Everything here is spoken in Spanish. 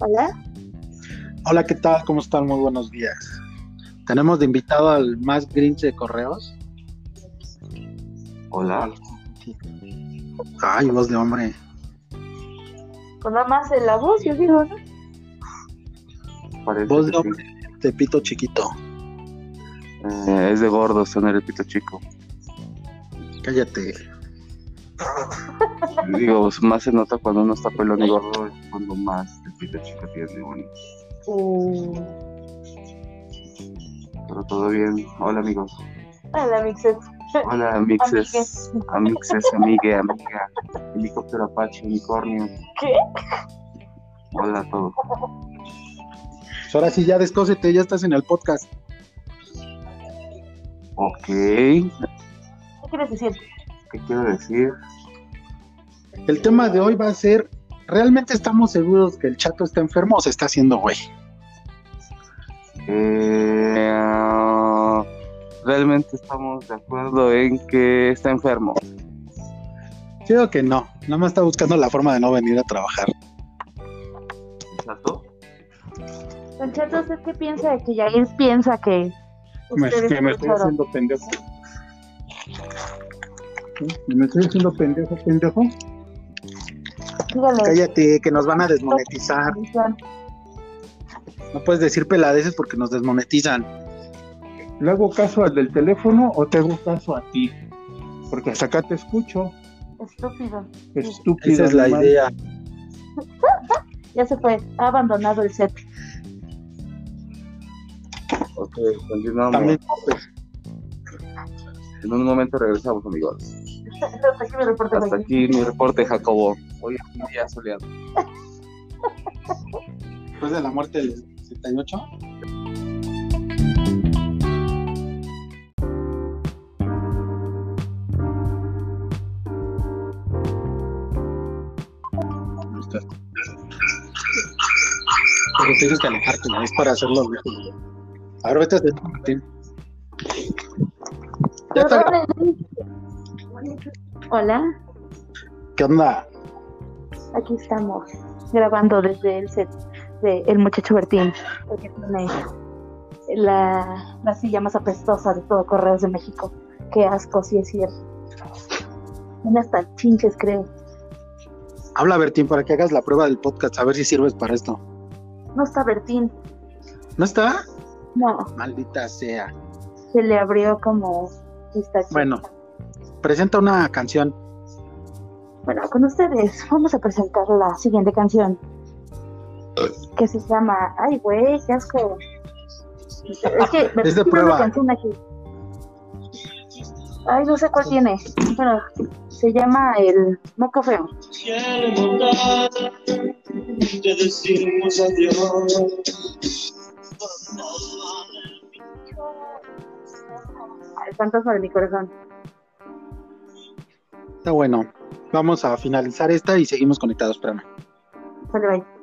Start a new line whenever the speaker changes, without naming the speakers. Hola.
Hola, ¿qué tal? ¿Cómo están? Muy buenos días. Tenemos de invitado al más grinch de correos.
Hola.
Ay, voz de hombre.
Pues nada más en la voz, yo digo, ¿no?
Parece
Voz
que
de hombre de pito chiquito.
sí. Eh, es de gordos tener el pito chico.
Cállate.
Digo, pues, más se nota cuando uno está pelón y gordo, es cuando más el pito chico tiene, bueno.
Eh,
Pero todo bien. Hola, amigos.
hola, Mixet.
Hola, amixes. Amixes, amigue, amiga. Helicóptero Apache, unicornio.
¿Qué?
Hola a todos.
Pues ahora sí, ya descósete, ya estás en el podcast.
Ok. ¿Qué
¿Qué quieres decir?
quiero decir?
El tema de hoy va a ser, ¿realmente estamos seguros que el chato está enfermo o se está haciendo güey?
Eh, ah, realmente estamos de acuerdo en que está enfermo.
Creo que no, nada más está buscando la forma de no venir a trabajar.
¿Exacto?
Don Chato, ¿usted qué piensa de que Yair piensa que
Me,
ustedes
que me estoy
escucharon?
haciendo pendejo. ¿Sí? Me estoy haciendo pendejo, pendejo.
Dígale.
Cállate, que nos van a desmonetizar.
Atención.
No puedes decir peladeces porque nos desmonetizan. ¿Le hago caso al del teléfono o te hago caso a ti? Porque hasta acá te escucho.
Estúpido.
Estúpido. Esa es la
animal.
idea.
Ya se fue. Ha abandonado el set.
Ok, continuamos.
También
En un momento regresamos, amigos.
Hasta aquí mi reporte.
Hasta
Yair.
aquí mi reporte, Jacobo. Hoy es un día soleado.
después de la muerte del 78. Ahí está. Pero tienes que alejarte, ¿no? es para hacerlo lejos. Ahora vete a hacer Martín. Ya está.
Hola,
¿Qué onda?
aquí estamos grabando desde el set de El Muchacho Bertín, porque tiene la, la silla más apestosa de todo Correos de México. Qué asco, sí es cierto. Tiene hasta chinches, creo.
Habla Bertín para que hagas la prueba del podcast, a ver si sirves para esto.
No está Bertín,
¿No está?
no,
Maldita sea.
se le abrió como pistache.
Bueno, presenta una canción.
Bueno, con ustedes vamos a presentar la siguiente canción que se llama Ay, güey, qué asco. Es que me
Es de
pusieron
prueba.
una canción aquí. Ay, no sé cuál tiene. Bueno, se llama El Moco Feo.
Que hermandad, te decimos adiós.
El fantasma de mi corazón.
Está bueno. Vamos a finalizar esta y seguimos conectados, espérame.
Sale, bye.